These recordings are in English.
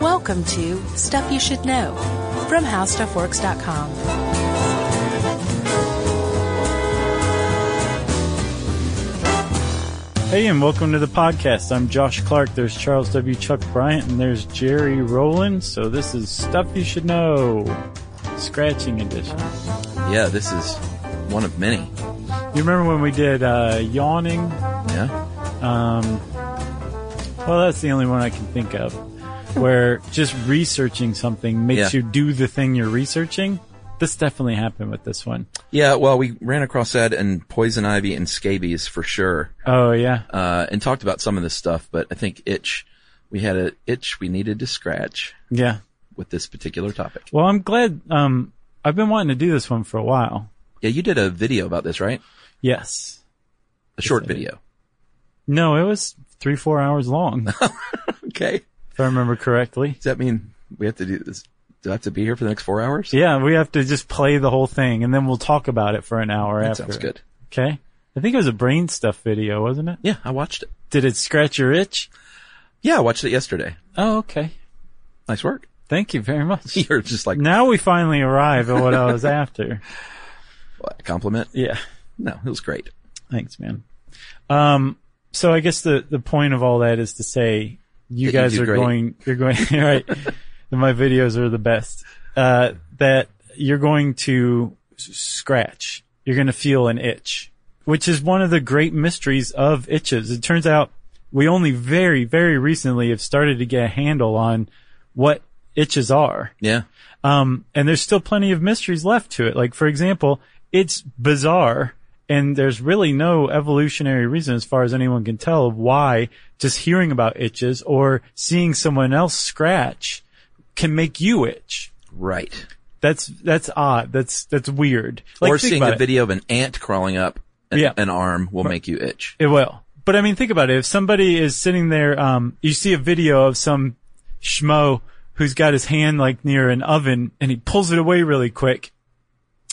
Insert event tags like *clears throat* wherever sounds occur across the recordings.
Welcome to Stuff You Should Know from HowStuffWorks.com. Hey, and welcome to the podcast. I'm Josh Clark. There's Charles W. Chuck Bryant, and there's Jerry Rowland. So this is Stuff You Should Know, Scratching Edition. Yeah, this is one of many. You remember when we did uh, Yawning? Yeah. Well, that's the only one I can think of where just researching something makes Yeah. you do the thing you're researching. This definitely happened with this one. Yeah, well, we ran across that and poison ivy and scabies for sure, Oh, yeah. uh, and talked about some of this stuff, but I think itch, we had a itch we needed to scratch Yeah. with this particular topic. Well, I'm glad. Um, I've been wanting to do this one for a while. Yeah, you did a video about this, right? Yes. A short I did. video. No, it was three, four hours long, *laughs* if Okay. Does I remember correctly. that mean we have to do this? Do I have to be here for the next four hours? Yeah, we have to just play the whole thing and then we'll talk about it for an hour That after. sounds good. Okay. I think it was a brain stuff video, wasn't it? Yeah, I watched it. Did it scratch your itch? Yeah, I watched it yesterday. Oh, okay. Nice work. *laughs* Thank you very much. You're just like, now we finally arrive at what I was after. what, compliment? Yeah. No, it was great. Thanks, man. Um, so I guess the, the point of all that is to say you That you guys do are great. going, you're going, *laughs* right. my videos are the best. Uh, that you're going to s- scratch. You're going to feel an itch, which is one of the great mysteries of itches. It turns out we only very, very recently have started to get a handle on what itches are. Yeah. Um, and there's still plenty of mysteries left to it. Like, for example, it's bizarre and there's really no evolutionary reason as far as anyone can tell of why just hearing about itches or seeing someone else scratch can make you itch. Right. That's, that's odd. That's, that's weird. Like, or think seeing about a it. video of an ant crawling up an, Yeah. an arm will make you itch. It will. But I mean, think about it. If somebody is sitting there, um, you see a video of some schmo who's got his hand like near an oven and he pulls it away really quick.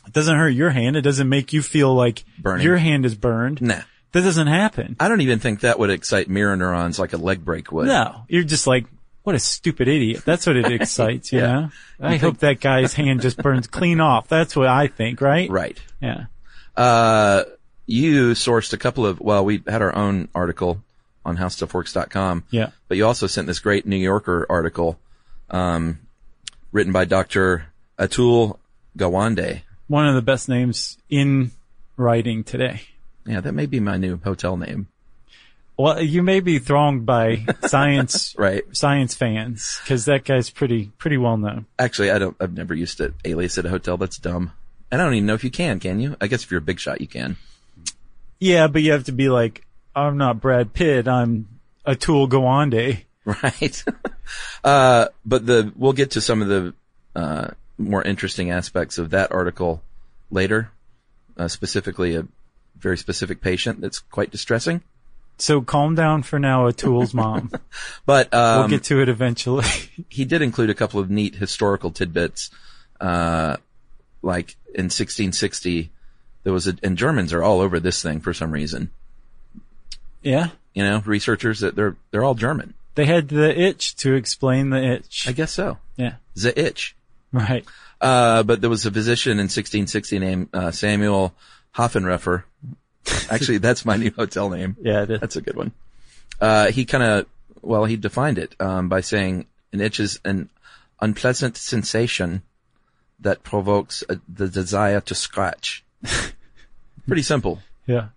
It doesn't hurt your hand. It doesn't make you feel like Burning. your hand is burned. Nah. That doesn't happen. I don't even think that would excite mirror neurons like a leg break would. No, you're just like, what a stupid idiot. That's what it excites, you Yeah. know? I hope that guy's hand just burns clean off. That's what I think, right? Right. Yeah. Uh, you sourced a couple of, well, we had our own article on howstuffworks.com. Yeah. But you also sent this great New Yorker article, um, written by Dr. Atul Gawande. One of the best names in writing today. Yeah, that may be my new hotel name. Well, you may be thronged *laughs* by science Right. science fans because that guy's pretty pretty well known. Actually, I don't, I've never used it alias at a hotel. That's dumb. And I don't even know if you can, can you? I guess if you're a big shot, you can. Yeah, but you have to be like, I'm not Brad Pitt. I'm Atul Gawande. *laughs* Right. uh, but the, we'll get to some of the, uh, more interesting aspects of that article later. Uh, specifically a very specific patient that's quite distressing. So calm down for now, Atul's *laughs* mom. But, um, We'll get to it eventually. he did include a couple of neat historical tidbits. Uh, like in 1660, there was a, and Germans are all over this thing for some reason. *laughs* yeah, You know, researchers that they're, they're all German. they had the itch to explain the itch. I guess so. yeah, The itch. right. Uh, but there was a physician in 1660 named uh, Samuel Hoffenrefer. Actually, that's my new hotel name. Yeah, it is. That's a good one. Uh, he kind of, well, he defined it um, by saying an itch is an unpleasant sensation that provokes a, the desire to scratch. Pretty simple, yeah,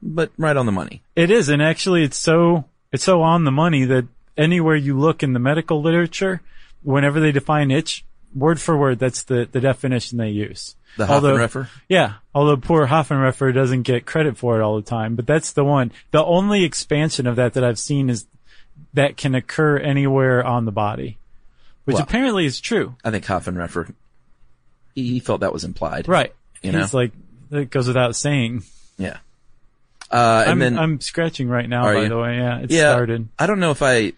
but right on the money. it is. And actually, it's so it's so on the money that anywhere you look in the medical literature, whenever they define itch, word for word, that's the the definition they use. The Although- Hoffenrefer. Yeah, although poor Hoffenrefer doesn't get credit for it all the time, but that's the one. The only expansion of that that I've seen is that can occur anywhere on the body, which Well- apparently is true. I think Hoffenrefer, he, he felt that was implied. Right. You He's like, that goes without saying. Yeah. Uh, and I'm, then, I'm scratching right now, Are by you? the way. Yeah, it yeah, started. I don't know if I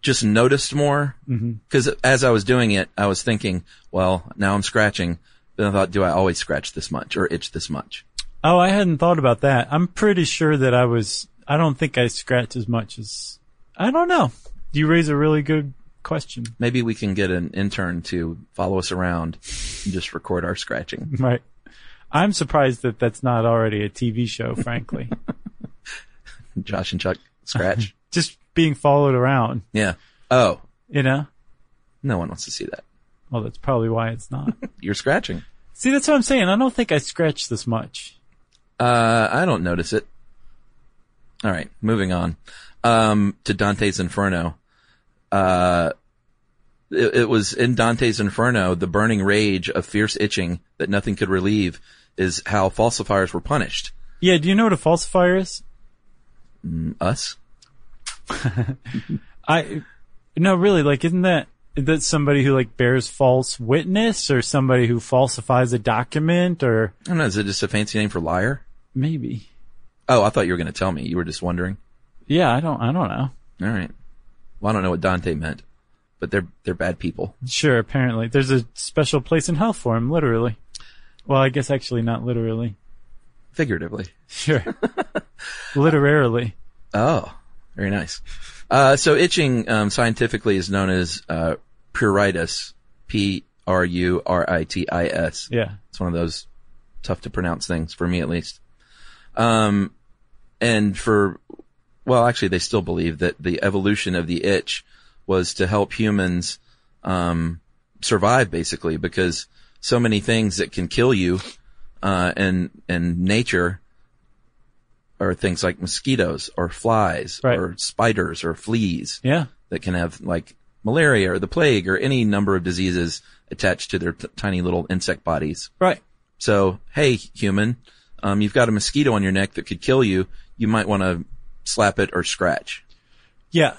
just noticed more because as I was doing it, I was thinking, well, now I'm scratching. Then I thought, do I always scratch this much or itch this much? Oh, I hadn't thought about that. I'm pretty sure that I was, I don't think I scratch as much as, I don't know. You raise a really good question. Maybe we can get an intern to follow us around and just record *laughs* our scratching. Right. I'm surprised that that's not already a TV show, frankly. Josh and Chuck scratch. Just being followed around, yeah. Oh, you know? no one wants to see that. Well, that's probably why it's not. You're scratching. See, that's what I'm saying. I don't think I scratch this much. Uh, I don't notice it. All right, moving on um, to Dante's Inferno. Uh, it, it was in Dante's Inferno the burning rage of fierce itching that nothing could relieve is how falsifiers were punished. Yeah, do you know what a falsifier is? Us? I, no, really, like, isn't that, that somebody who like bears false witness or somebody who falsifies a document or I don't know. Is it just a fancy name for liar? maybe? Oh, I thought you were going to tell me. You were just wondering. Yeah, I don't, I don't know. All right. Well, I don't know what Dante meant, but they're they're bad people. Sure, apparently. There's a special place in hell for him, literally. Well, I guess actually not literally. Figuratively. Sure. *laughs* Literarily. Oh, very nice. Uh, so itching, um, scientifically is known as, uh, pruritus. P-R-U-R-I-T-I-S. Yeah. It's one of those tough to pronounce things for me at least. Um, and for, well, actually they still believe that the evolution of the itch was to help humans, um, survive basically because so many things that can kill you, uh, in, in nature are things like mosquitoes or flies Right. or spiders or fleas Yeah. that can have like malaria or the plague or any number of diseases attached to their t- tiny little insect bodies. Right. So, hey, human, um, you've got a mosquito on your neck that could kill you. You might want to slap it or scratch. Yeah.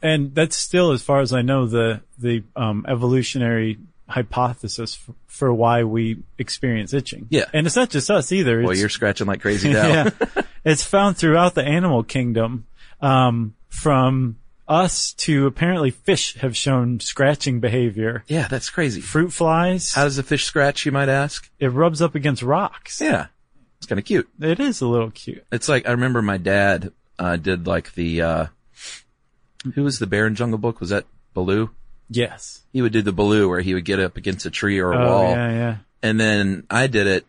And that's still, as far as I know, the, the, um, evolutionary hypothesis for, for why we experience itching. Yeah. And it's not just us either. Boy, It's- you're scratching like *laughs* crazy now. yeah. It's found throughout the animal kingdom. Um, from us to apparently fish have shown scratching behavior. Yeah, that's crazy. Fruit flies, How does a fish scratch, you might ask? it rubs up against rocks. Yeah. It's kind of cute. It is a little cute. It's like, I remember my dad, uh, did like the, uh, who was the bear in Jungle Book? Was that Baloo? Yes. He would do the Baloo where he would get up against a tree or a Oh, wall. yeah, yeah. And then I did it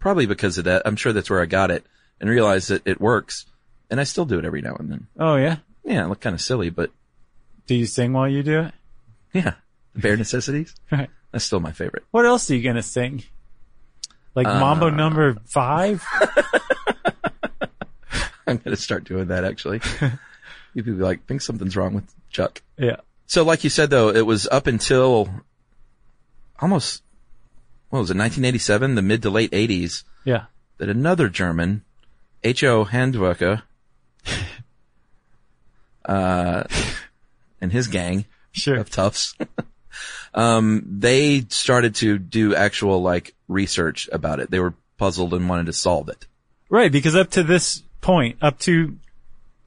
probably because of that. I'm sure that's where I got it and realized that it works. And I still do it every now and then. Oh, yeah. Yeah, I look kind of silly, but Do you sing while you do it? *laughs* yeah, bare necessities. Right. That's still my favorite. *laughs* What else are you going to sing? Like Uh, Mambo number *laughs* five? I'm going to start doing that actually. People be like, think something's wrong with Chuck. yeah. So like you said though, it was up until almost, what was it, 1987, the mid to late 80s, Yeah. that another German, H.O. Handwerker, uh, and his gang Sure. *laughs* of toughs, um, they started to do actual like research about it. They were puzzled and wanted to solve it. Right. Because up to this point, up to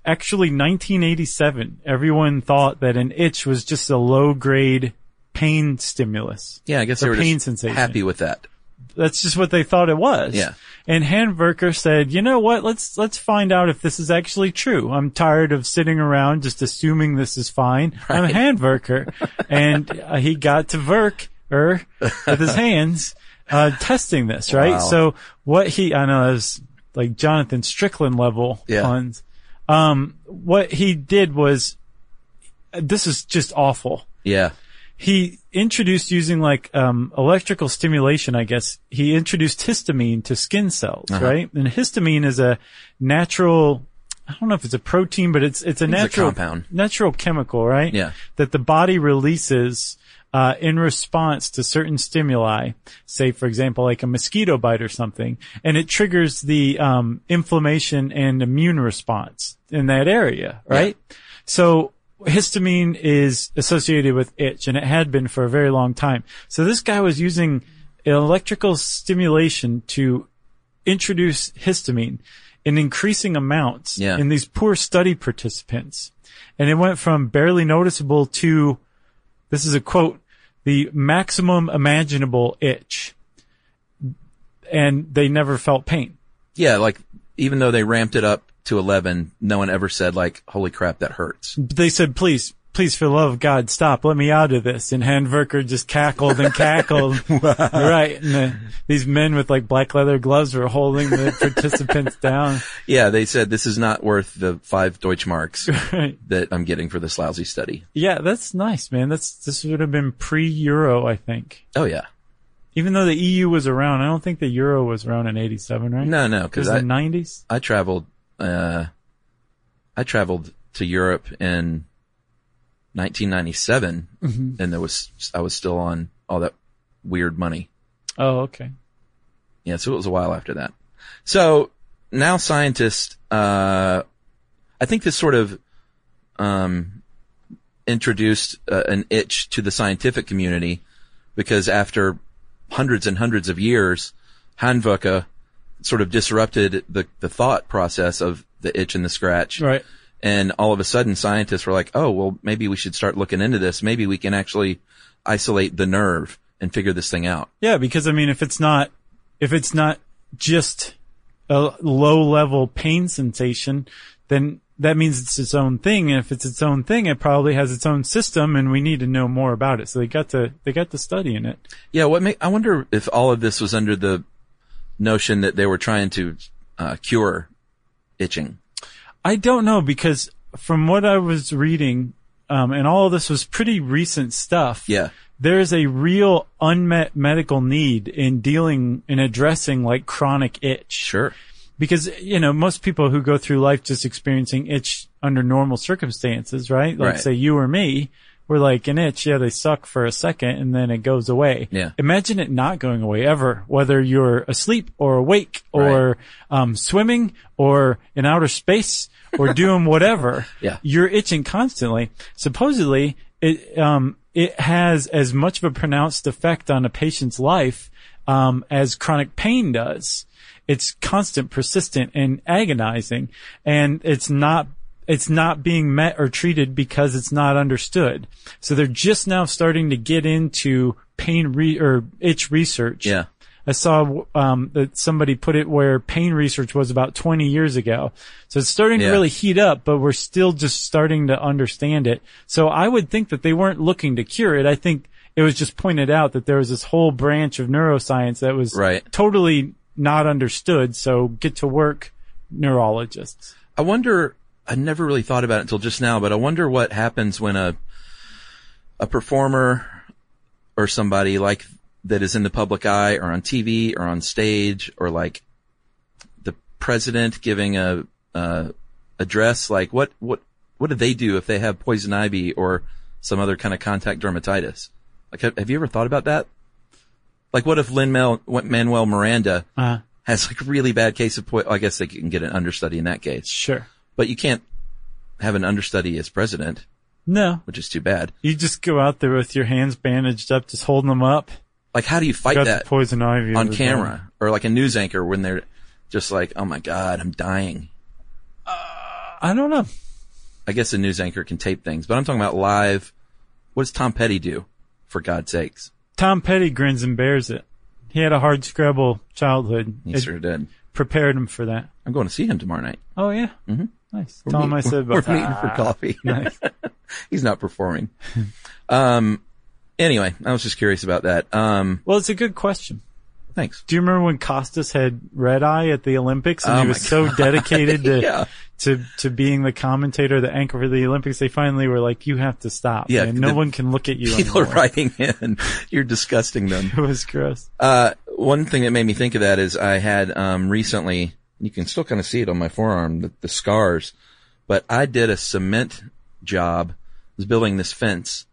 actually 1987, everyone thought that an itch was just a low grade pain stimulus. Yeah, I guess The they were pain just sensation. happy with that. That's just what they thought it was. Yeah. And Handwerker said, you know what? Let's, let's find out if this is actually true. I'm tired of sitting around just assuming this is fine. I'm a *laughs* handwerker. and uh, he got to work er with his hands, uh, testing this, right? Wow. So what he, I know it was like Jonathan Strickland level Yeah. puns. Um, what he did was, this is just awful Yeah. he introduced using like um, electrical stimulation i guess he introduced histamine to skin cells Uh-huh. right and histamine is a natural i don't know if it's a protein but it's it's a a natural compound. natural chemical right Yeah. that the body releases uh, in response to certain stimuli, say for example like a mosquito bite or something, and it triggers the um, inflammation and immune response in that area, right? So histamine is associated with itch, and it had been for a very long time. So this guy was using electrical stimulation to introduce histamine in increasing amounts Yeah. in these poor study participants. And it went from barely noticeable to, this is a quote, the maximum imaginable itch. And they never felt pain. Yeah. Like even though they ramped it up to 11, no one ever said like, holy crap, that hurts. But they said, please, please, for the love of God, stop. Let me out of this. And Handwerker just cackled and *laughs* cackled. Right. And the, these men with like black leather gloves were holding *laughs* the participants down. Yeah, they said this is not worth the five Deutschmarks *laughs* Right. that I'm getting for this lousy study. Yeah, that's nice, man. That's, this would have been pre-Euro, I think. Oh yeah, Even though the EU was around, I don't think the Euro was around in 87, right? no, no, It was because the I 90s? I traveled uh, I traveled to Europe in 1997, and there was I was still on all that weird money. Oh, okay. Yeah, so it was a while after that. So now scientists, uh, I think this sort of, um, introduced uh, an itch to the scientific community because after hundreds and hundreds of years, Handwerker sort of disrupted the, the thought process of the itch and the scratch. Right. And all of a sudden scientists were like, oh, well, maybe we should start looking into this. Maybe we can actually isolate the nerve and figure this thing out. Yeah, because I mean, if it's not, if it's not just a low level pain sensation, then that means it's its own thing. And if it's its own thing, it probably has its own system and we need to know more about it. So they got to, they got to studying it. Yeah, what make, I wonder if all of this was under the notion that they were trying to uh, cure itching. I don't know because from what I was reading, um, and all of this was pretty recent stuff. Yeah. There is a real unmet medical need in dealing, in addressing like chronic itch. Sure. because you know most people who go through life just experiencing itch under normal circumstances, right? Like Right. say you or me, we're like an itch, yeah, they suck for a second and then it goes away. Yeah. Imagine it not going away ever, whether you're asleep or awake or um, swimming or in outer space or doing whatever. *laughs* Yeah. You're itching constantly. Supposedly, it um it has as much of a pronounced effect on a patient's life um, as chronic pain does. It's constant, persistent, and agonizing, and it's not it's not being met or treated because it's not understood. So they're just now starting to get into pain re- or itch research. Yeah. I saw um, that somebody put it where pain research was about 20 years ago. So it's starting Yeah. to really heat up, but we're still just starting to understand it. So I would think that they weren't looking to cure it. I think it was just pointed out that there was this whole branch of neuroscience that was Right. totally not understood. So get to work, neurologists. I wonder, I never really thought about it until just now, but I wonder what happens when a, a performer or somebody like that is in the public eye or on TV or on stage or like the president giving a, uh, address, like what, what, what do they do if they have poison ivy or some other kind of contact dermatitis? Like, have, have you ever thought about that? Like, what if Lin Manuel Miranda Uh, has like really bad case of poison? I guess they can get an understudy in that case sure. but you can't have an understudy as president, No, which is too bad. you just go out there with your hands bandaged up, just holding them up. Like, how do you fight Got that the poison ivy on over there. camera or like a news anchor when they're just like, "Oh my god, I'm dying." I don't know. I guess a news anchor can tape things, but I'm talking about live. What does Tom Petty do? For God's sakes, Tom Petty grins and bears it. He had a hard scrabble childhood. he it sure did. prepared him for that. I'm going to see him tomorrow night. Oh yeah. Mm-hmm. Nice. We're Tom, meet- I said *laughs* we're about meeting for coffee. *laughs* *laughs* Nice. He's not performing. um. Anyway, I was just curious about that. Um. Well, it's a good question. Thanks. Do you remember when Costas had red eye at the Olympics and Oh, he my was so *laughs* dedicated to, Yeah. to to being the commentator, the anchor for the Olympics? They finally were like, "You have to stop. Yeah, man. no the- one can look at you." *laughs* People are anymore." writing in. *laughs* You're disgusting them. *laughs* It was gross. Uh, one thing that made me think of that is I had, um, recently, you can still kind of see it on my forearm, the, the scars, but I did a cement job, was building this fence,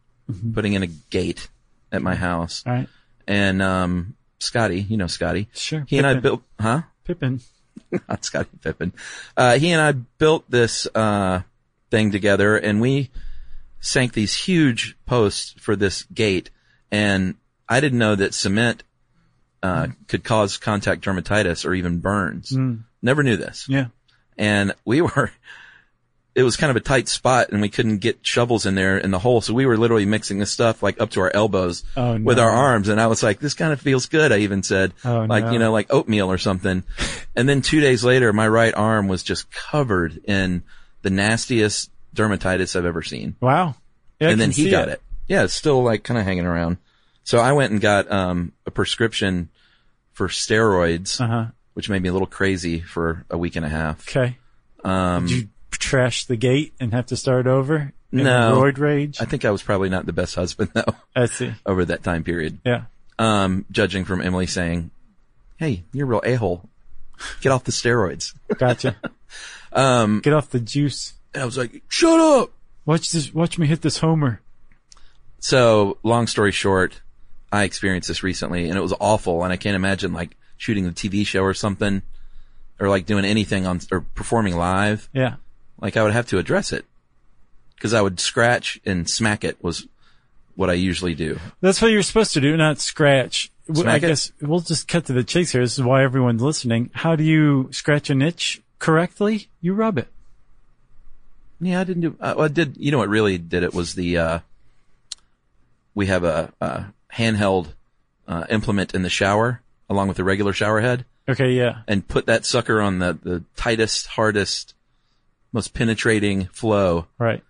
putting in a gate at my house. All right. And, um, Scotty, you know Scotty. Sure, He and I Pippen. built, huh? Pippin. *laughs* Not Scotty Pippen. Uh, he and I built this, uh, thing together and we sank these huge posts for this gate. And I didn't know that cement, uh, could cause contact dermatitis or even burns. Never knew this. Yeah. And we were, *laughs* it was kind of a tight spot and we couldn't get shovels in there in the hole. So we were literally mixing this stuff like up to our elbows Oh, no. with our arms. And I was like, this kind of feels good. I even said Oh, like, no. you know, like oatmeal or something. *laughs* and then two days later, my right arm was just covered in the nastiest dermatitis I've ever seen. Wow. Yeah, I and then can he see got it. it. Yeah, it's still like kind of hanging around. So I went and got um, a prescription for steroids, Uh huh. which made me a little crazy for a week and a half. Okay. Um, Did you trash the gate and have to start over? In No. Roid rage. I think I was probably not the best husband *laughs* though I see. over that time period. Yeah. Um, judging from Emily saying, "Hey, you're a real a hole. Get off the steroids." *laughs* Gotcha. um, get off the juice. And I was like, "Shut up." Watch this. Watch me hit this homer. So, long story short, I experienced this recently and it was awful and I can't imagine like shooting a TV show or something or like doing anything on or performing live. Yeah. Like I would have to address it because I would scratch and smack it was what I usually do. That's what you're supposed to do, not scratch. W- Smack I it? guess we'll just cut to the chase here. This is why everyone's listening. How do you scratch an itch correctly? You rub it. Yeah, I didn't do, uh, I did, you know what really did it was the, uh, we have a, a handheld, uh, implement in the shower along with the regular shower head. Okay. Yeah. and put that sucker on the, the tightest, hardest, most penetrating flow Right.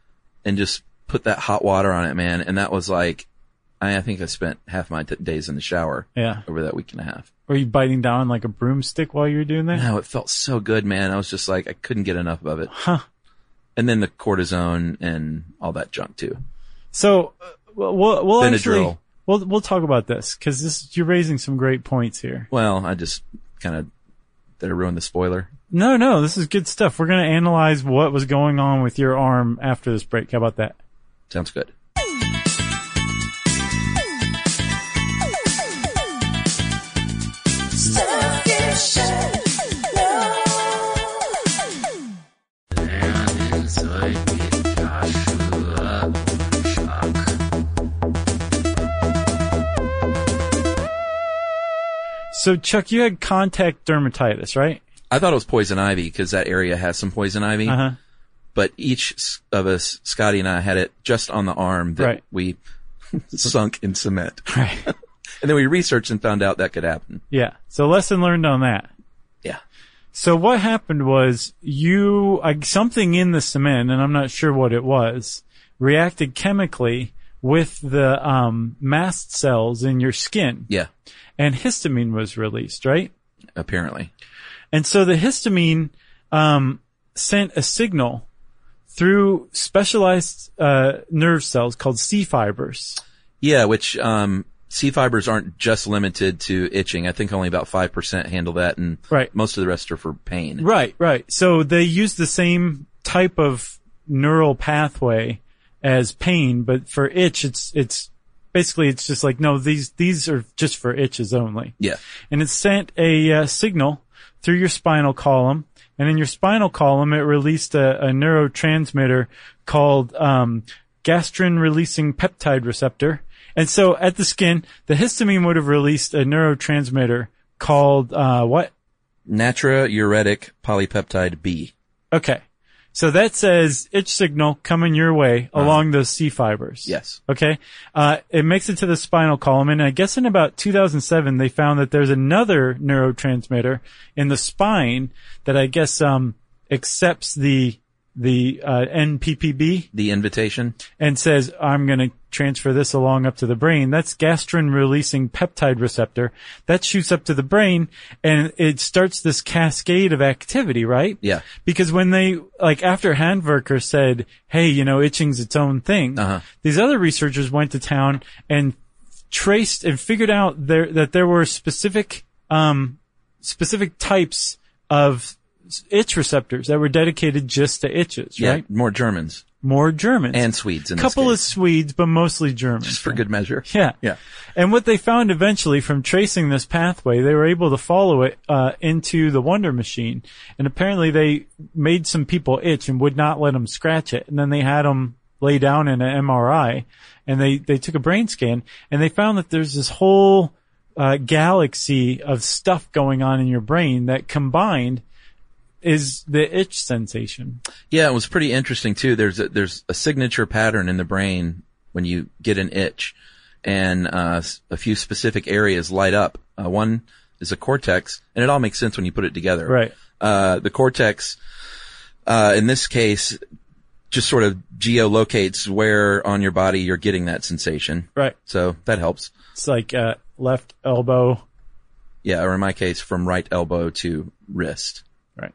and just put that hot water on it, man. And that was like, I, I think I spent half my t- days in the shower Yeah. over that week and a half. Were you biting down like a broomstick while you were doing *laughs* that? No, it felt so good, man. I was just like, I couldn't get enough of it. Huh. And then the cortisone and all that junk too. So uh, we'll we'll, we'll actually Benadryl. we'll we'll talk about this because this you're raising some great points here. Well, I just kind of, did I ruin the spoiler? No, no, this is good stuff. We're gonna analyze what was going on with your arm after this break. How about that? Sounds good. So Chuck, you had contact dermatitis, right? I thought it was poison ivy because that area has some poison ivy. Uh huh. but each s- of us, Scotty and I, had it just on the arm that Right. we *laughs* sunk in cement. Right. And then we researched and found out that could happen. Yeah. So lesson learned on that. Yeah. So what happened was you I, something in the cement, and I'm not sure what it was, reacted chemically with the um, mast cells in your skin, Yeah. and histamine was released, right? Apparently. And so the histamine um, sent a signal through specialized uh, nerve cells called C fibers. Yeah. Which, um, C fibers aren't just limited to itching. I think only about 5% handle that and Right. most of the rest are for pain. Right, right. So they use the same type of neural pathway as pain, but for itch, it's it's basically it's just like no, these these are just for itches only. Yeah. And it sent a uh, signal through your spinal column, and in your spinal column, it released a, a neurotransmitter called um, gastrin-releasing peptide receptor. And so, at the skin, the histamine would have released a neurotransmitter called uh, what? Natriuretic polypeptide B. Okay. So that says itch signal coming your way along those C fibers. Yes. Okay. Uh, it makes it to the spinal column. And I guess in about 2007, they found that there's another neurotransmitter in the spine that I guess, um, accepts the, the, uh, NPPB The invitation. and says, I'm going to transfer this along up to the brain. That's gastrin releasing peptide receptor that shoots up to the brain and it starts this cascade of activity, right? Yeah. Because when they, like after Handwerker said, hey, you know, itching's its own thing, Uh-huh. these other researchers went to town and traced and figured out there, that there were specific, um, specific types of itch receptors that were dedicated just to itches, Yeah. right? More Germans More Germans. and Swedes in couple of this case. Swedes, but mostly Germans. Just for good measure. Yeah. Yeah. And what they found eventually from tracing this pathway, they were able to follow it uh, into the Wonder Machine. And apparently they made some people itch and would not let them scratch it. And then they had them lay down in an MRI and they, they took a brain scan and they found that there's this whole uh, galaxy of stuff going on in your brain that combined is the itch sensation. Yeah, it was pretty interesting too. There's a, there's a signature pattern in the brain when you get an itch, and uh, s- a few specific areas light up. Uh, one is the cortex, and it all makes sense when you put it together. Right. Uh, the cortex, uh, in this case, just sort of geolocates where on your body you're getting that sensation. Right. So that helps. It's like uh, left elbow. Yeah, or in my case, from right elbow to wrist. Right.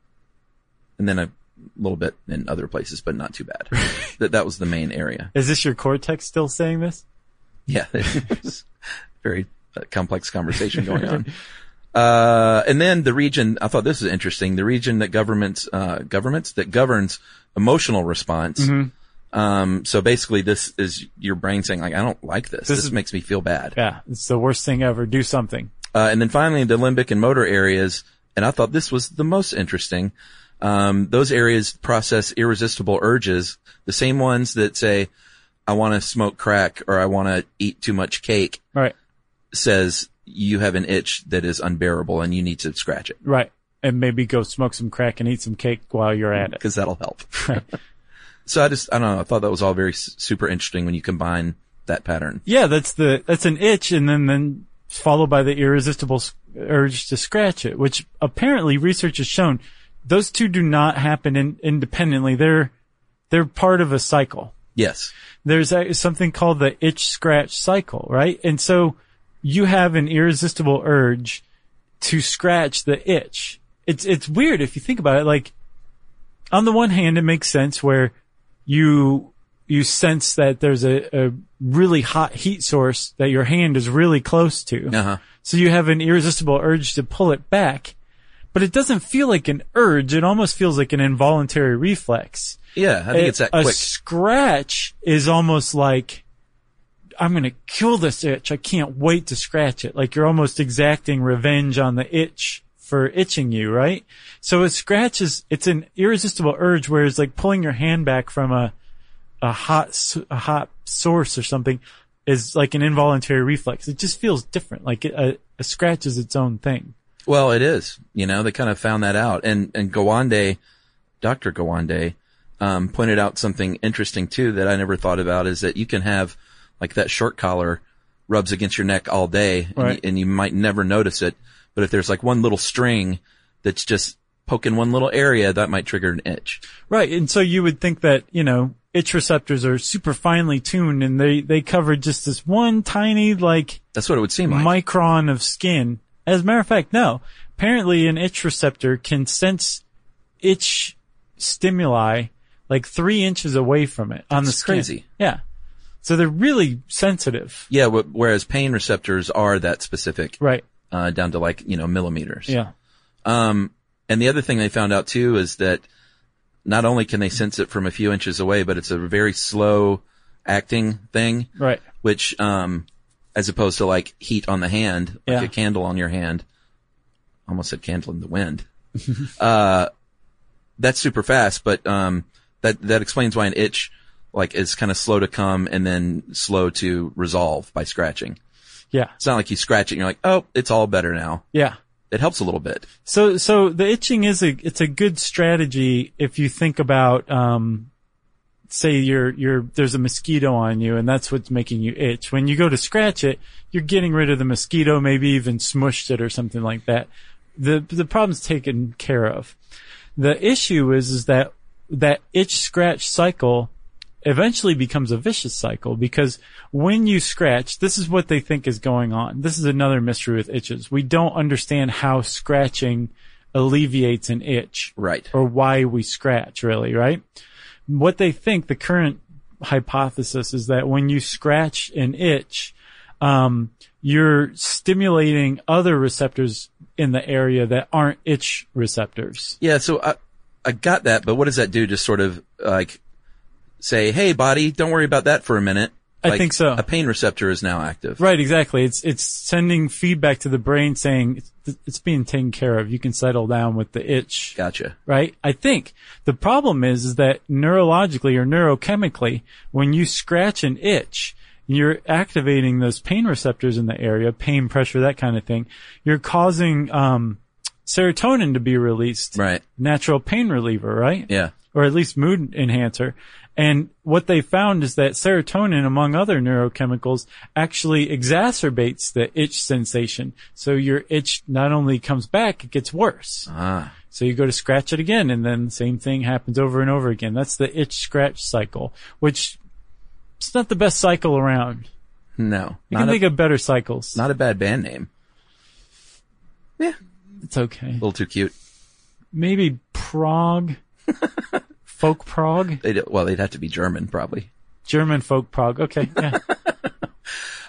And then a little bit in other places, but not too *laughs* bad. that, that was the main area. Is this your cortex still saying this? Yeah. *laughs* it's very uh, complex conversation going *laughs* on. Uh, and then the region, I thought this was interesting. The region that governments, uh, governments that governs emotional response. Mm-hmm. Um, so basically this is your brain saying like, I don't like this. This, is- makes me feel bad. Yeah, it's the worst thing ever. Do something. Uh, and then finally the limbic and motor areas. And I thought this was the most interesting. Um, those areas process irresistible urges, the same ones that say, I want to smoke crack or I want to eat too much cake Right, says you have an itch that is unbearable and you need to scratch it right. And maybe go smoke some crack and eat some cake while you're at it. because that'll *laughs* help. so I just, I don't know. I thought that was all very s- super interesting when you combine that pattern. Yeah, that's the that's an itch, and then then followed by the irresistible s- urge to scratch it, which apparently research has shown those two do not happen in, independently. They're they're part of a cycle. Yes. there's a, something called the itch scratch cycle, right? And so you have an irresistible urge to scratch the itch. It's, it's weird if you think about it. Like on the one hand, it makes sense where you, you sense that there's a, a really hot heat source that your hand is really close to. Uh huh. So you have an irresistible urge to pull it back, but it doesn't feel like an urge. It almost feels like an involuntary reflex Yeah. I think it's that a quick. scratch is almost like I'm gonna kill this itch. I can't wait to scratch it. Like you're almost exacting revenge on the itch for itching you, right? So a scratch is it's an irresistible urge, whereas like pulling your hand back from a a hot s- a hot source or something is like an involuntary reflex. It just feels different. Like it, a, a scratch is its own thing. Well, it is. You know, they kind of found that out. And and Gawande, Doctor Gawande, um, pointed out something interesting too that I never thought about is that you can have like that short collar rubs against your neck all day, and, Right. you, and you might never notice it. But if there's like one little string that's just poking one little area, that might trigger an itch. Right. And so you would think that, you know, itch receptors are super finely tuned and they, they cover just this one tiny, like, That's what it would seem like. micron of skin. As a matter of fact, no. Apparently an itch receptor can sense itch stimuli like three inches away from it on the That's skin. crazy. Yeah. So they're really sensitive. yeah. wh- Whereas pain receptors are that specific, Right. uh, down to like you know millimeters. Yeah. Um, and the other thing they found out too is that not only can they sense it from a few inches away, but it's a very slow acting thing, Right. which, um, as opposed to like heat on the hand, Yeah. like a candle on your hand, almost said candle in the wind. uh, that's super fast, but, um, that, that explains why an itch, like, is kind of slow to come and then slow to resolve by scratching. Yeah. It's not like you scratch it and you're like, oh, it's all better now. Yeah. It helps a little bit. So, so the itching is a, it's a good strategy if you think about, um, say you're, you're, there's a mosquito on you and that's what's making you itch. When you go to scratch it, you're getting rid of the mosquito, maybe even smushed it or something like that. The, the problem's taken care of. The issue is, is that that itch scratch cycle eventually becomes a vicious cycle because when you scratch, this is what they think is going on. This is another mystery with itches. We don't understand how scratching alleviates an itch Right. or why we scratch really, right? What they think the current hypothesis is that when you scratch an itch, um, you're stimulating other receptors in the area that aren't itch receptors. Yeah, so I, I got that, but what does that do? Just sort of like say, hey, body, don't worry about that for a minute. I Like, think so. A pain receptor is now active. Right, exactly. It's it's sending feedback to the brain saying it's, it's being taken care of. You can settle down with the itch, Gotcha. right? I think the problem is, is that neurologically or neurochemically, when you scratch an itch, you're activating those pain receptors in the area, pain pressure, that kind of thing. You're causing um, serotonin to be released, Right. natural pain reliever, right? Yeah. or at least mood enhancer. And what they found is that serotonin, among other neurochemicals, actually exacerbates the itch sensation. So your itch not only comes back, it gets worse. Ah. So you go to scratch it again and then same thing happens over and over again. That's the itch scratch cycle, which it's not the best cycle around. No, You not can a, think of better cycles. not a bad band name. Yeah, a it's okay. little too cute. Maybe *laughs* prog, folk prog, They'd, well, they'd have to be German probably. German folk prog. Okay. Yeah. *laughs*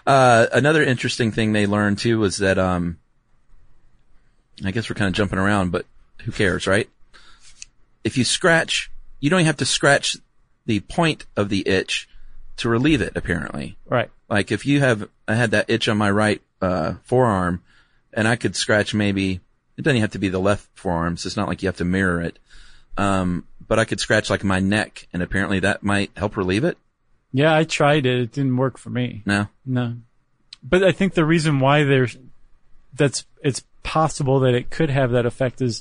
Uh, another interesting thing they learned too was that, um, I guess we're kind of jumping around, but who cares, right? If you scratch, you don't even have to scratch the point of the itch to relieve it, apparently. right. Like if you have, I had that itch on my right, uh, forearm and I could scratch maybe, it doesn't even have to be the left forearm, so it's not like you have to mirror it. Um, but I could scratch like my neck and apparently that might help relieve it. Yeah, I tried it. It didn't work for me. No. No. But I think the reason why there's that's it's possible that it could have that effect is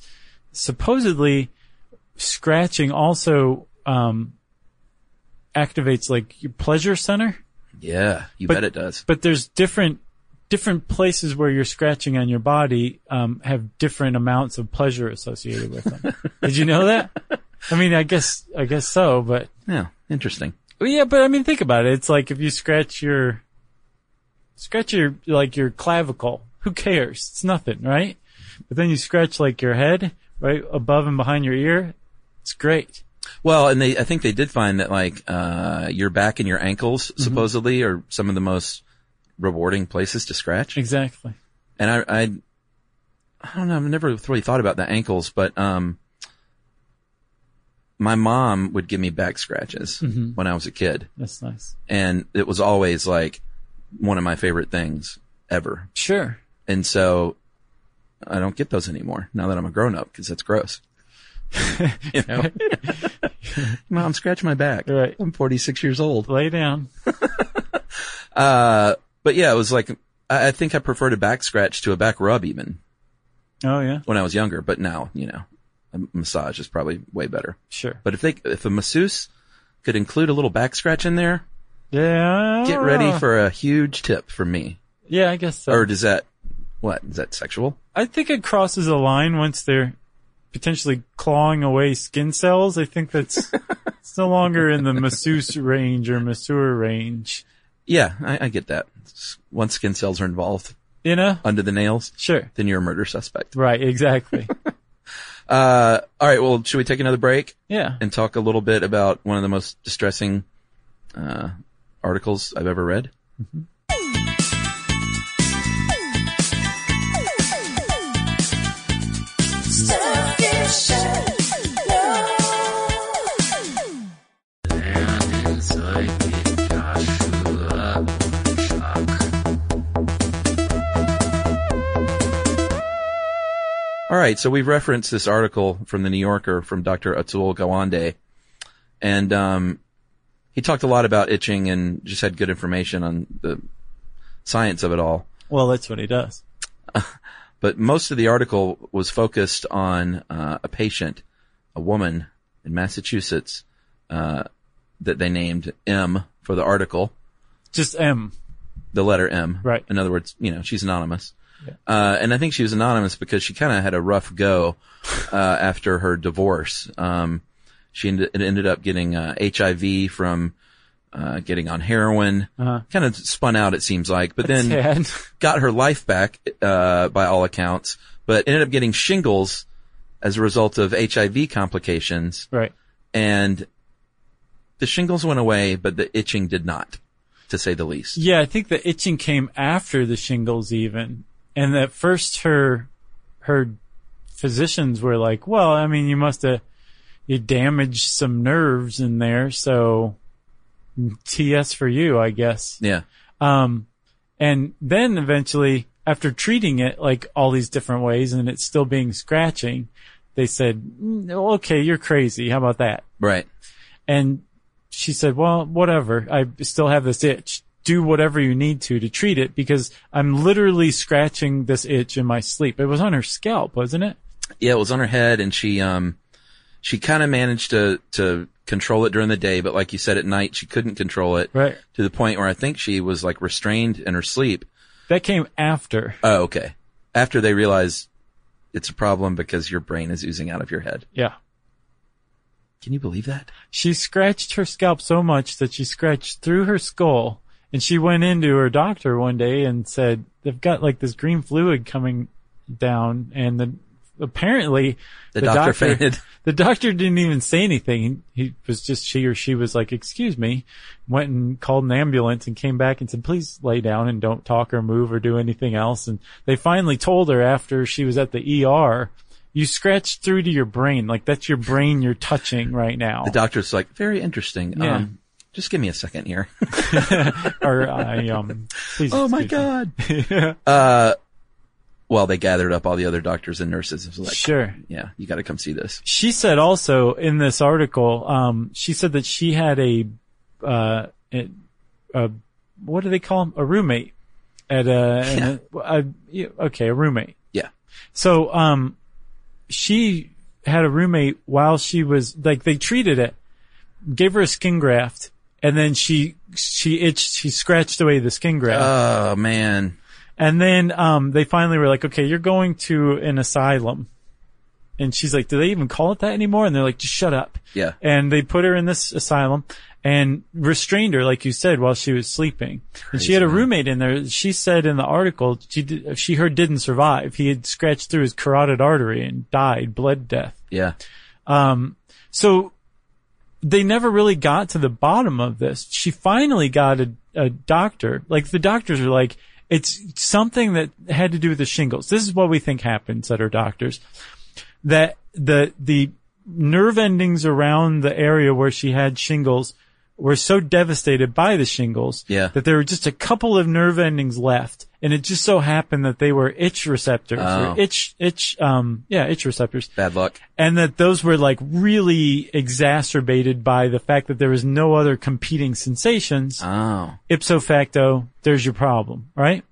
supposedly scratching also um, activates like your pleasure center. Yeah, you But- bet it does. But there's different different places where you're scratching on your body um, have different amounts of pleasure associated with them. Did you know that? I mean, I guess I guess so, but Yeah, interesting. well, Yeah, but I mean, think about it. It's like if you scratch your, scratch your, like your clavicle, who cares? It's nothing, right? But then you scratch like your head, right above and behind your ear. It's great. Well, and they, I think they did find that like, uh, your back and your ankles supposedly are some of the most rewarding places to scratch. Exactly. And I, I, I don't know. I've never really thought about the ankles, but, um, my mom would give me back scratches when I was a kid. That's nice. And it was always like one of my favorite things ever. Sure. And so I don't get those anymore now that I'm a grown up because that's gross. you know? Mom, scratch my back. Right. I'm 46 years old. Lay down. Uh, but yeah, it was like, I, I think I preferred a back scratch to a back rub even Oh yeah. when I was younger, but now, you know, a massage is probably way better. Sure. But if they, if a masseuse could include a little back scratch in there, Yeah. get ready Ah. for a huge tip from me. Yeah, I guess so. Or does that, what? Is that sexual? I think it crosses a line once they're potentially clawing away skin cells. I think *laughs* that's it's no longer in the masseuse range or masseur range. Yeah, I, I get that. S- Once skin cells are involved You know? under the nails, Sure. then you're a murder suspect. Right, exactly. Uh, all right. Well, should we take another break *laughs* yeah. and talk a little bit about one of the most distressing, uh, articles I've ever read? All right, so we've referenced this article from the New Yorker from Dr. Atul Gawande, and um, he talked a lot about itching and just had good information on the science of it all. Well, that's what he does. But most of the article was focused on uh, a patient, a woman in Massachusetts, uh, that they named M for the article, Just um, M. the letter M. Right. In other words, you know, she's anonymous. Uh, and I think she was anonymous because she kind of had a rough go *laughs* uh, after her divorce. Um, she ended, it ended up getting uh, HIV from uh, getting on heroin. Uh-huh. Kind of spun out, it seems like. But then Sad. got her life back, uh, by all accounts, but ended up getting shingles as a result of HIV complications. *laughs* right. And the shingles went away, but the itching did not, to say the least. Yeah, I think the itching came after the shingles even. And at first her, her physicians were like, well, I mean, you must have, you damaged some nerves in there. So TS for you, I guess. Yeah. Um, and then eventually, after treating it like all these different ways and it's still being scratching, they said, "Mm, okay, you're crazy. How about that? Right. And she said, well, whatever. I still have this itch. Do whatever you need to to treat it because I'm literally scratching this itch in my sleep. It was on her scalp, wasn't it? Yeah. It was on her head and she, um, she kind of managed to, to control it during the day, but like you said, at night, she couldn't control it Right. to the point where I think she was like restrained in her sleep. That came after. Oh, okay. After they realized it's a problem because your brain is oozing out of your head. Yeah. Can you believe that? She scratched her scalp so much that she scratched through her skull. And she went into her doctor one day and said, they've got like this green fluid coming down. And the, apparently The doctor fainted. The doctor didn't even say anything. He, he was just, she or she was like, excuse me, went and called an ambulance and came back and said, please lay down and don't talk or move or do anything else. And they finally told her after she was at the ER, you scratched through to your brain. Like that's your brain you're touching right now. The doctor's like, very interesting. Yeah. Um, just give me a *laughs* second here. or I, um, please. *laughs* oh my excuse me. *laughs* God. Uh, well, they gathered up all the other doctors and nurses. It was like, Sure. yeah, you got to come see this. She said also in this article, um, she said that she had a, uh, a, a what do they call 'em? A roommate at a, a, a- okay, a roommate. Yeah. So, um, she had a roommate while she was like, they treated it, gave her a skin graft, and then she, she itched, she scratched away the skin graft. Oh man. And then um, they finally were like, okay, you're going to an asylum. And she's like, do they even call it that anymore? And they're like, just shut up. Yeah. And they put her in this asylum and restrained her, like you said, while she was sleeping. and she had a roommate in there. She said in the article, she, did, she heard didn't survive. He had scratched through his carotid artery and died blood death. Yeah. Um, So they never really got to the bottom of this. She finally got a, a doctor. Like the doctors are like, it's something that had to do with the shingles. This is what we think happened, said her doctors. That the, the nerve endings around the area where she had shingles were so devastated by the shingles Yeah. that there were just a couple of nerve endings left. And it just so happened that they were itch receptors Oh. or itch, itch, um, yeah, itch receptors Bad luck. and that those were like really exacerbated by the fact that there was no other competing sensations. Oh. Ipso facto, there's your problem, right?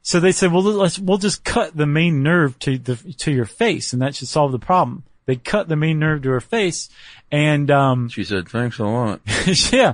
So they said, well, let's, we'll just cut the main nerve to the, to your face and that should solve the problem. They cut the main nerve to her face and, um, *laughs* She said, thanks a lot. yeah.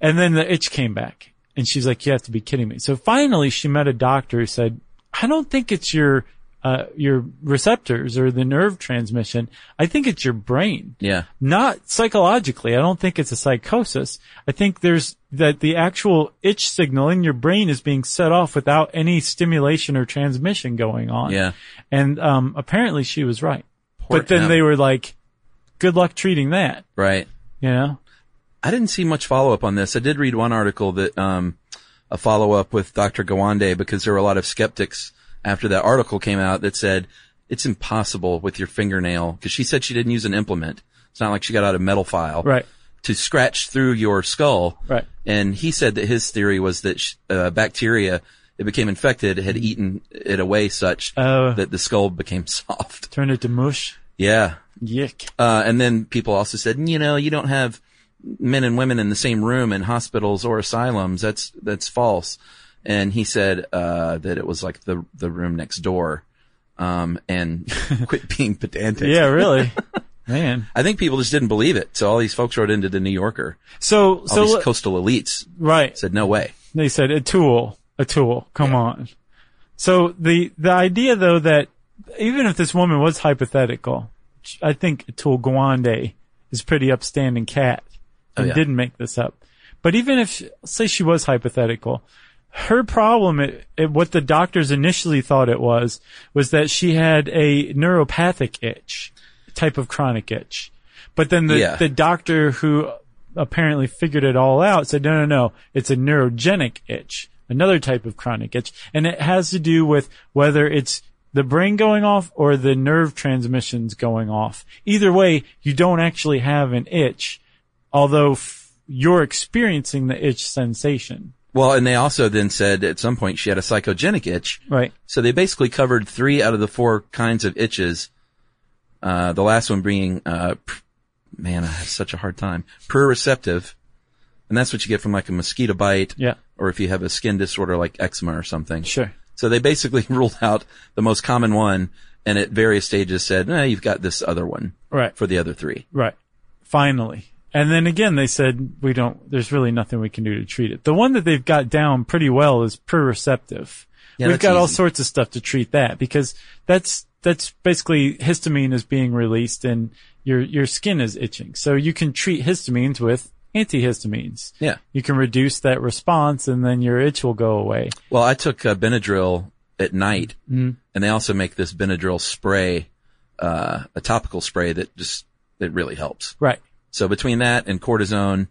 And then the itch came back and she's like, you have to be kidding me. So finally she met a doctor who said, I don't think it's your, uh, your receptors or the nerve transmission. I think it's your brain. *laughs* Yeah. Not psychologically. I don't think it's a psychosis. I think there's that the actual itch signal in your brain is being set off without any stimulation or transmission going on. Yeah. And, um, apparently she was right. Poor but then him. they were like, good luck treating that, Right. you know? I didn't see much follow up on this. I did read one article that, um, a follow up with Dr. Gawande because there were a lot of skeptics after that article came out that said it's impossible with your fingernail because she said she didn't use an implement. It's not like she got out a metal file Right. to scratch through your skull. Right. And he said that his theory was that sh- uh, bacteria it became infected had eaten it away such Oh. that the skull became *laughs* soft. Turned it to mush. Yeah. Yick. Uh, and then people also said, you know, you don't have men and women in the same room in hospitals or asylums. That's, that's false. And he said, uh, that it was like the, the room next door. Um, and *laughs* quit being pedantic. Yeah, really. *laughs* Man. I think people just didn't believe it. So all these folks wrote into the New Yorker. So, All so, these le- coastal elites right. said, no way. They said a tool, a tool. Come on. So the, the idea though that even if this woman was hypothetical, sh- I think Atul Gawande is a pretty upstanding cat and yeah. didn't make this up. But even if, say she was hypothetical, her problem, it, it, what the doctors initially thought it was, was that she had a neuropathic itch, type of chronic itch. But then the, Yeah. the doctor who apparently figured it all out said, no, no, no, it's a neurogenic itch, another type of chronic itch. And it has to do with whether it's the brain going off or the nerve transmissions going off. Either way, you don't actually have an itch, although f- you're experiencing the itch sensation. Well, and they also then said at some point she had a psychogenic itch. Right. So they basically covered three out of the four kinds of itches. Uh, the last one being, uh, pr- man, I have such a hard time. Proprioceptive. And that's what you get from like a mosquito bite. Yeah. Or if you have a skin disorder like eczema or something. Sure. So they basically *laughs* ruled out the most common one and at various stages said, eh, you've got this other one Right. for the other three. Right. Finally. And then again, they said, we don't, there's really nothing we can do to treat it. The one that they've got down pretty well is proprioceptive. Yeah, We've that's got all easy. sorts of stuff to treat that because that's that's basically histamine is being released and your, your skin is itching. So you can treat histamines with antihistamines. Yeah. You can reduce that response and then your itch will go away. Well, I took uh, Benadryl at night, Mm-hmm. and they also make this Benadryl spray, uh, a topical spray that just it really helps. Right. So between that and cortisone,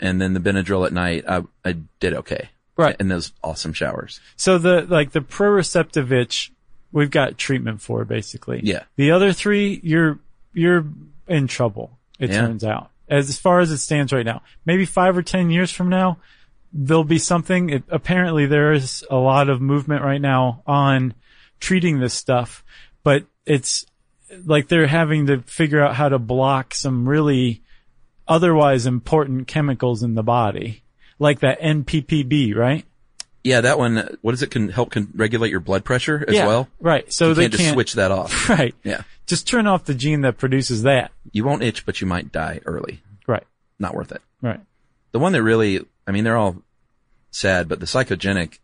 and then the Benadryl at night, I I did okay. Right. And those awesome showers. So the like the proprioceptive itch, we've got treatment for basically. Yeah. The other three, you're you're in trouble. It Yeah. turns out, as far as it stands right now, maybe five or ten years from now, there'll be something. It, apparently, there is a lot of movement right now on treating this stuff, but it's like they're having to figure out how to block some really otherwise important chemicals in the body, like that NPPB, right? Yeah, that one. uh, What does it can help can regulate your blood pressure as yeah, well? Right. So You they can't just switch that *laughs* off. *laughs* Right. Yeah. Just turn off the gene that produces that. You won't itch, but you might die early. Right. Not worth it. Right. The one that really, I mean, they're all sad, but the psychogenic,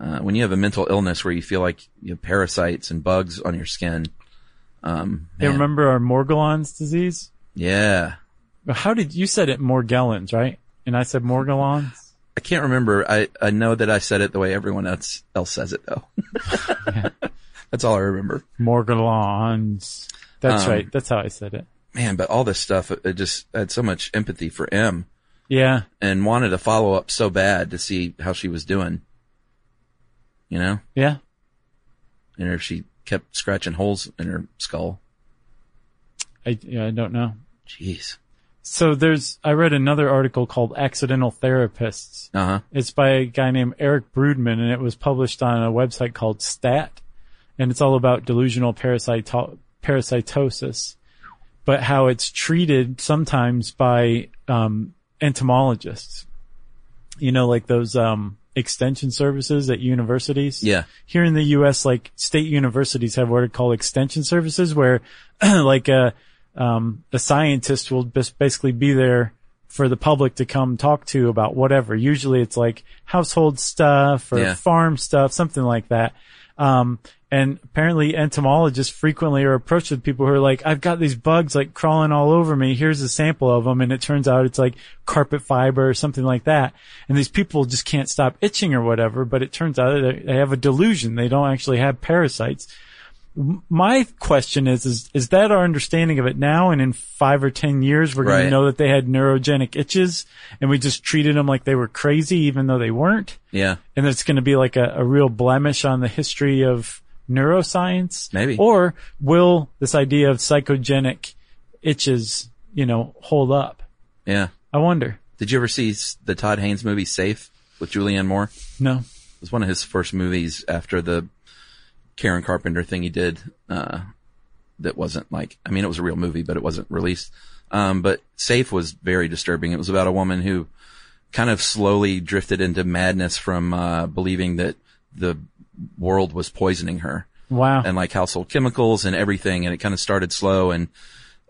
uh, when you have a mental illness where you feel like you have parasites and bugs on your skin. Um, They man, remember our Morgellons disease? Yeah. But How did you said it Morgellons, right? And I said Morgellons. I can't remember. I, I know that I said it the way everyone else, else says it though. *laughs* That's all I remember. Morgellons. That's Um, right. That's how I said it. Man, but all this stuff, I just I had so much empathy for M Yeah. and wanted a follow up so bad to see how she was doing. You know? Yeah. And if she kept scratching holes in her skull. I, yeah, I don't know. Jeez. So there's, I read another article called Accidental Therapists. Uh huh. It's by a guy named Eric Broodman, and it was published on a website called Stat, and it's all about delusional parasito- parasitosis, but how it's treated sometimes by um, entomologists. You know, like those um, extension services at universities. Yeah. Here in the U.S., like state universities have what are called extension services, where *clears throat* like a um, a scientist will just basically be there for the public to come talk to about whatever. Usually it's like household stuff or Yeah. farm stuff, something like that. Um, and apparently entomologists frequently are approached with people who are like, I've got these bugs like crawling all over me. Here's a sample of them. And it turns out it's like carpet fiber or something like that. And these people just can't stop itching or whatever. But it turns out they they have a delusion. They don't actually have parasites my question is, is, is that our understanding of it now? And in five or 10 years, we're going Right. to know that they had neurogenic itches and we just treated them like they were crazy, even though they weren't. Yeah. And it's going to be like a, a real blemish on the history of neuroscience. Maybe. Or will this idea of psychogenic itches, you know, hold up? Yeah. I wonder. Did you ever see s- the Todd Haynes movie Safe with Julianne Moore? No. It was one of his first movies after the Karen Carpenter thing he did. Uh, that wasn't like, I mean, it was a real movie, but it wasn't released. Um, but Safe was very disturbing. It was about a woman who kind of slowly drifted into madness from, uh, believing that the world was poisoning her Wow. and like household chemicals and everything. And it kind of started slow. And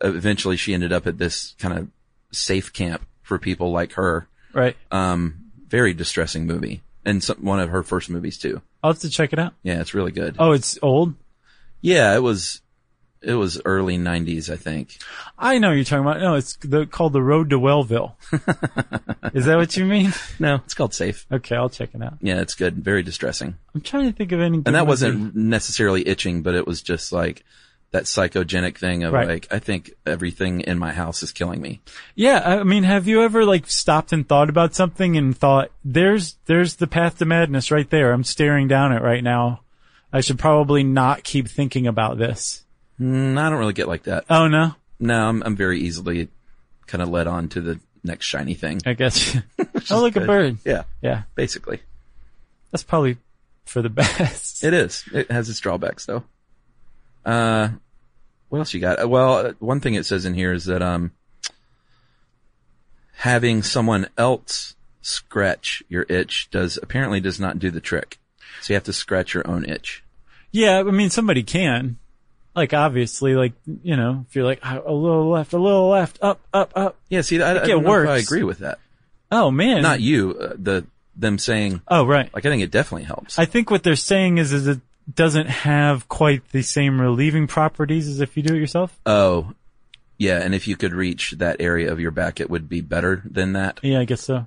eventually she ended up at this kind of safe camp for people like her. right. Um, very distressing movie and some, one of her first movies too. I'll have to check it out. Yeah, it's really good. Oh, it's old. Yeah, it was, it was early nineties, I think. I know what you're talking about. No, it's the, called the Road to *laughs* Wellville. is that what you mean? No, it's called Safe. Okay, I'll check it out. Yeah, it's good. Very distressing. I'm trying to think of any. And that wasn't necessarily itching, but it was just like that psychogenic thing of Right. like, I think everything in my house is killing me. Yeah, I mean, have you ever like stopped and thought about something and thought, "There's, there's the path to madness right there. I'm staring down it right now. I should probably not keep thinking about this." Mm, I don't really get like that. Oh no, No, I'm, I'm very easily kind of led on to the next shiny thing. I guess. *laughs* oh, look a Good. bird. Yeah, Yeah, basically. that's probably for the *laughs* best. It is. It has its drawbacks though. Uh, what else you got? Uh, Well, uh, one thing it says in here is that, um, having someone else scratch your itch does apparently does not do the trick. So you have to scratch your own itch. yeah, I mean, somebody can. Like obviously, like you know, if you're like "Ah, a little left, a little left, up, up, up. Yeah, see, I, I it don't know if I works. agree with that. Oh man, Not you, uh, the, them saying, Oh right. like, I think it definitely helps. I think what they're saying is, is that doesn't have quite the same relieving properties as if you do it yourself. Oh, yeah. And if you could reach that area of your back, it would be better than that. Yeah, I guess so.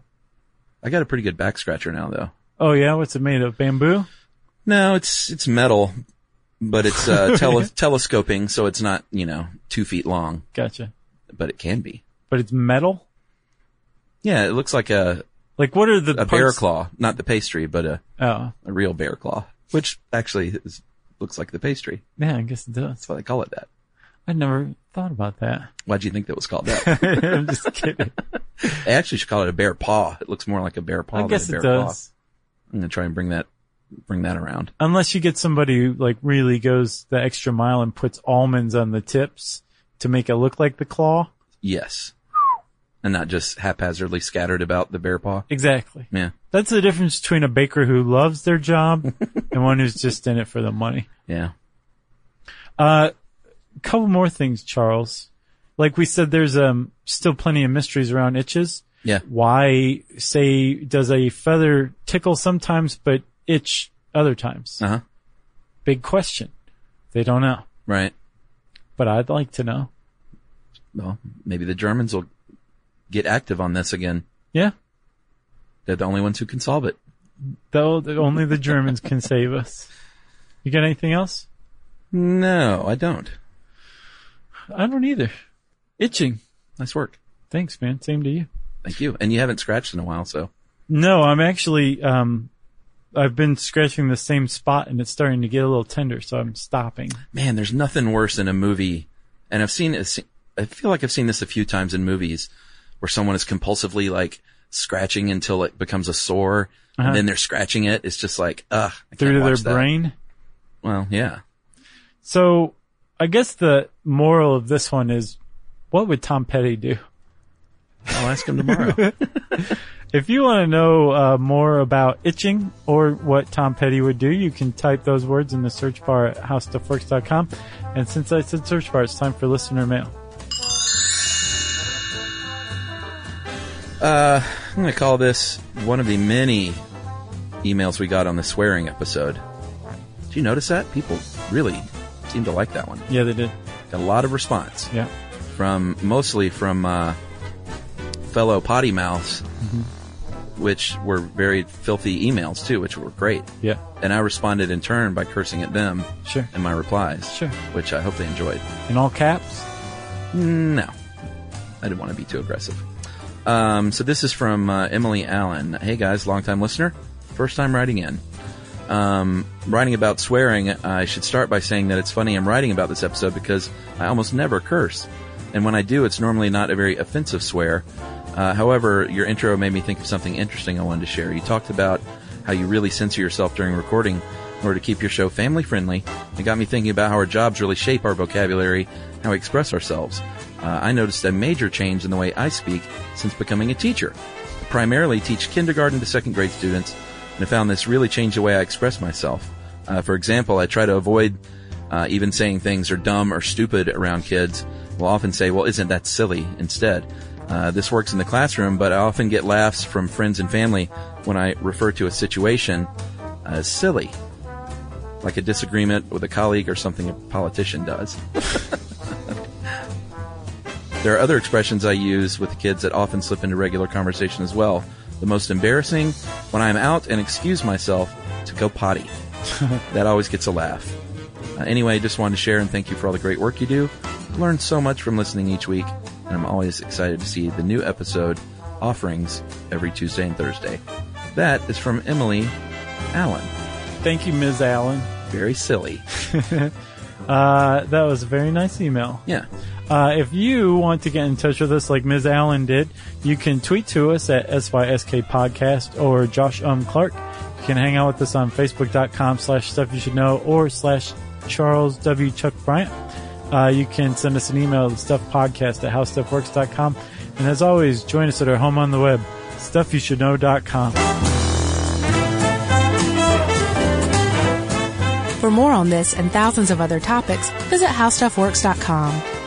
I got a pretty good back scratcher now, though. Oh yeah, what's it made of? Bamboo? No, it's it's metal, but *laughs* it's uh, tele- telescoping, so it's not you know two feet long, Gotcha. but it can be. But it's metal. Yeah, it looks like a Like what are the a parts- bear claw, not the pastry, but a, Oh a real bear claw, which actually is, looks like the pastry. yeah, I guess it does. That's why they call it that. I never thought about that. *laughs* Why'd you think that was called that? I'm just kidding. they actually should call it a bear paw. It looks more like a bear paw I guess than a it bear does. paw. I'm gonna try and bring that bring that around. Unless you get somebody who like really goes the extra mile and puts almonds on the tips to make it look like the claw. Yes, and not just haphazardly scattered about the bear paw. Exactly. Yeah, That's the difference between a baker who loves their job and one who's just in it for the money. yeah. Uh, couple more things, Charles. Like we said, there's um still plenty of mysteries around itches. Yeah. Why say does a feather tickle sometimes but itch other times? Uh huh. Big question. They don't know, Right. but I'd like to know. Well, maybe the Germans will get active on this again. Yeah. They're the only ones who can solve it. Though that only the Germans can save us. You got anything else? No, I don't. I don't either. Itching. Nice work. Thanks, man. Same to you. Thank you. And you haven't scratched in a while, so No, I'm actually um I've been scratching the same spot and it's starting to get a little tender, so I'm stopping. man, there's nothing worse in a movie. And I've seen, I feel like I've seen this a few times in movies where someone is compulsively like scratching until it becomes a sore Uh-huh. and then they're scratching it. It's just like, ugh. I Through can't to their watch that. brain. Well, yeah. So I guess the moral of this one is what would Tom Petty do? I'll ask him *laughs* tomorrow. If you want to know uh, more about itching or what Tom Petty would do, you can type those words in the search bar at howstuffworks.com. And since I said search bar, it's time for listener mail. I'm going to call this one of the many emails we got on the swearing episode. Did you notice that? People really seem to like that one. Yeah, they did. Got a lot of response Yeah. from mostly from uh, fellow potty mouths, which were very filthy emails too, which were great. Yeah. And I responded in turn by cursing at them Sure. in my replies, Sure. which I hope they enjoyed. In all caps. No, I didn't want to be too aggressive. Um, so this is from uh, Emily Allen. Hey guys, longtime listener, first time writing in. Um, writing about swearing, I should start by saying that it's funny I'm writing about this episode because I almost never curse, and when I do, it's normally not a very offensive swear. Uh, however, your intro made me think of something interesting I wanted to share. You talked about how you really censor yourself during recording in order to keep your show family friendly. It got me thinking about how our jobs really shape our vocabulary, how we express ourselves. Uh, I noticed a major change in the way I speak since becoming a teacher. I primarily teach kindergarten to second grade students, and I found this really changed the way I express myself. Uh, for example, I try to avoid uh, even saying things are dumb or stupid around kids. Will often say, "Well, isn't that silly?" Instead, uh, this works in the classroom, but I often get laughs from friends and family when I refer to a situation as silly, like a disagreement with a colleague or something a politician does. There are other expressions I use with the kids that often slip into regular conversation as well. The most embarrassing, when I'm out and excuse myself to go potty. that always gets a laugh. Uh, anyway, just wanted to share and thank you for all the great work you do. I've learned so much from listening each week, and I'm always excited to see the new episode offerings every Tuesday and Thursday. That is from Emily Allen. Thank you, Ms. Allen. Very silly. Uh, that was a very nice email. Yeah. Uh, if you want to get in touch with us like Ms. Allen did, you can tweet to us at SYSK Podcast or Josh Um Clark. You can hang out with us on Facebook.com slash Stuff You Should Know or slash Charles W. Chuck Bryant. Uh, you can send us an email to stuffpodcast at howstuffworks.com. And as always, join us at our home on the web, stuffyoushouldknow.com. For more on this and thousands of other topics, visit howstuffworks.com.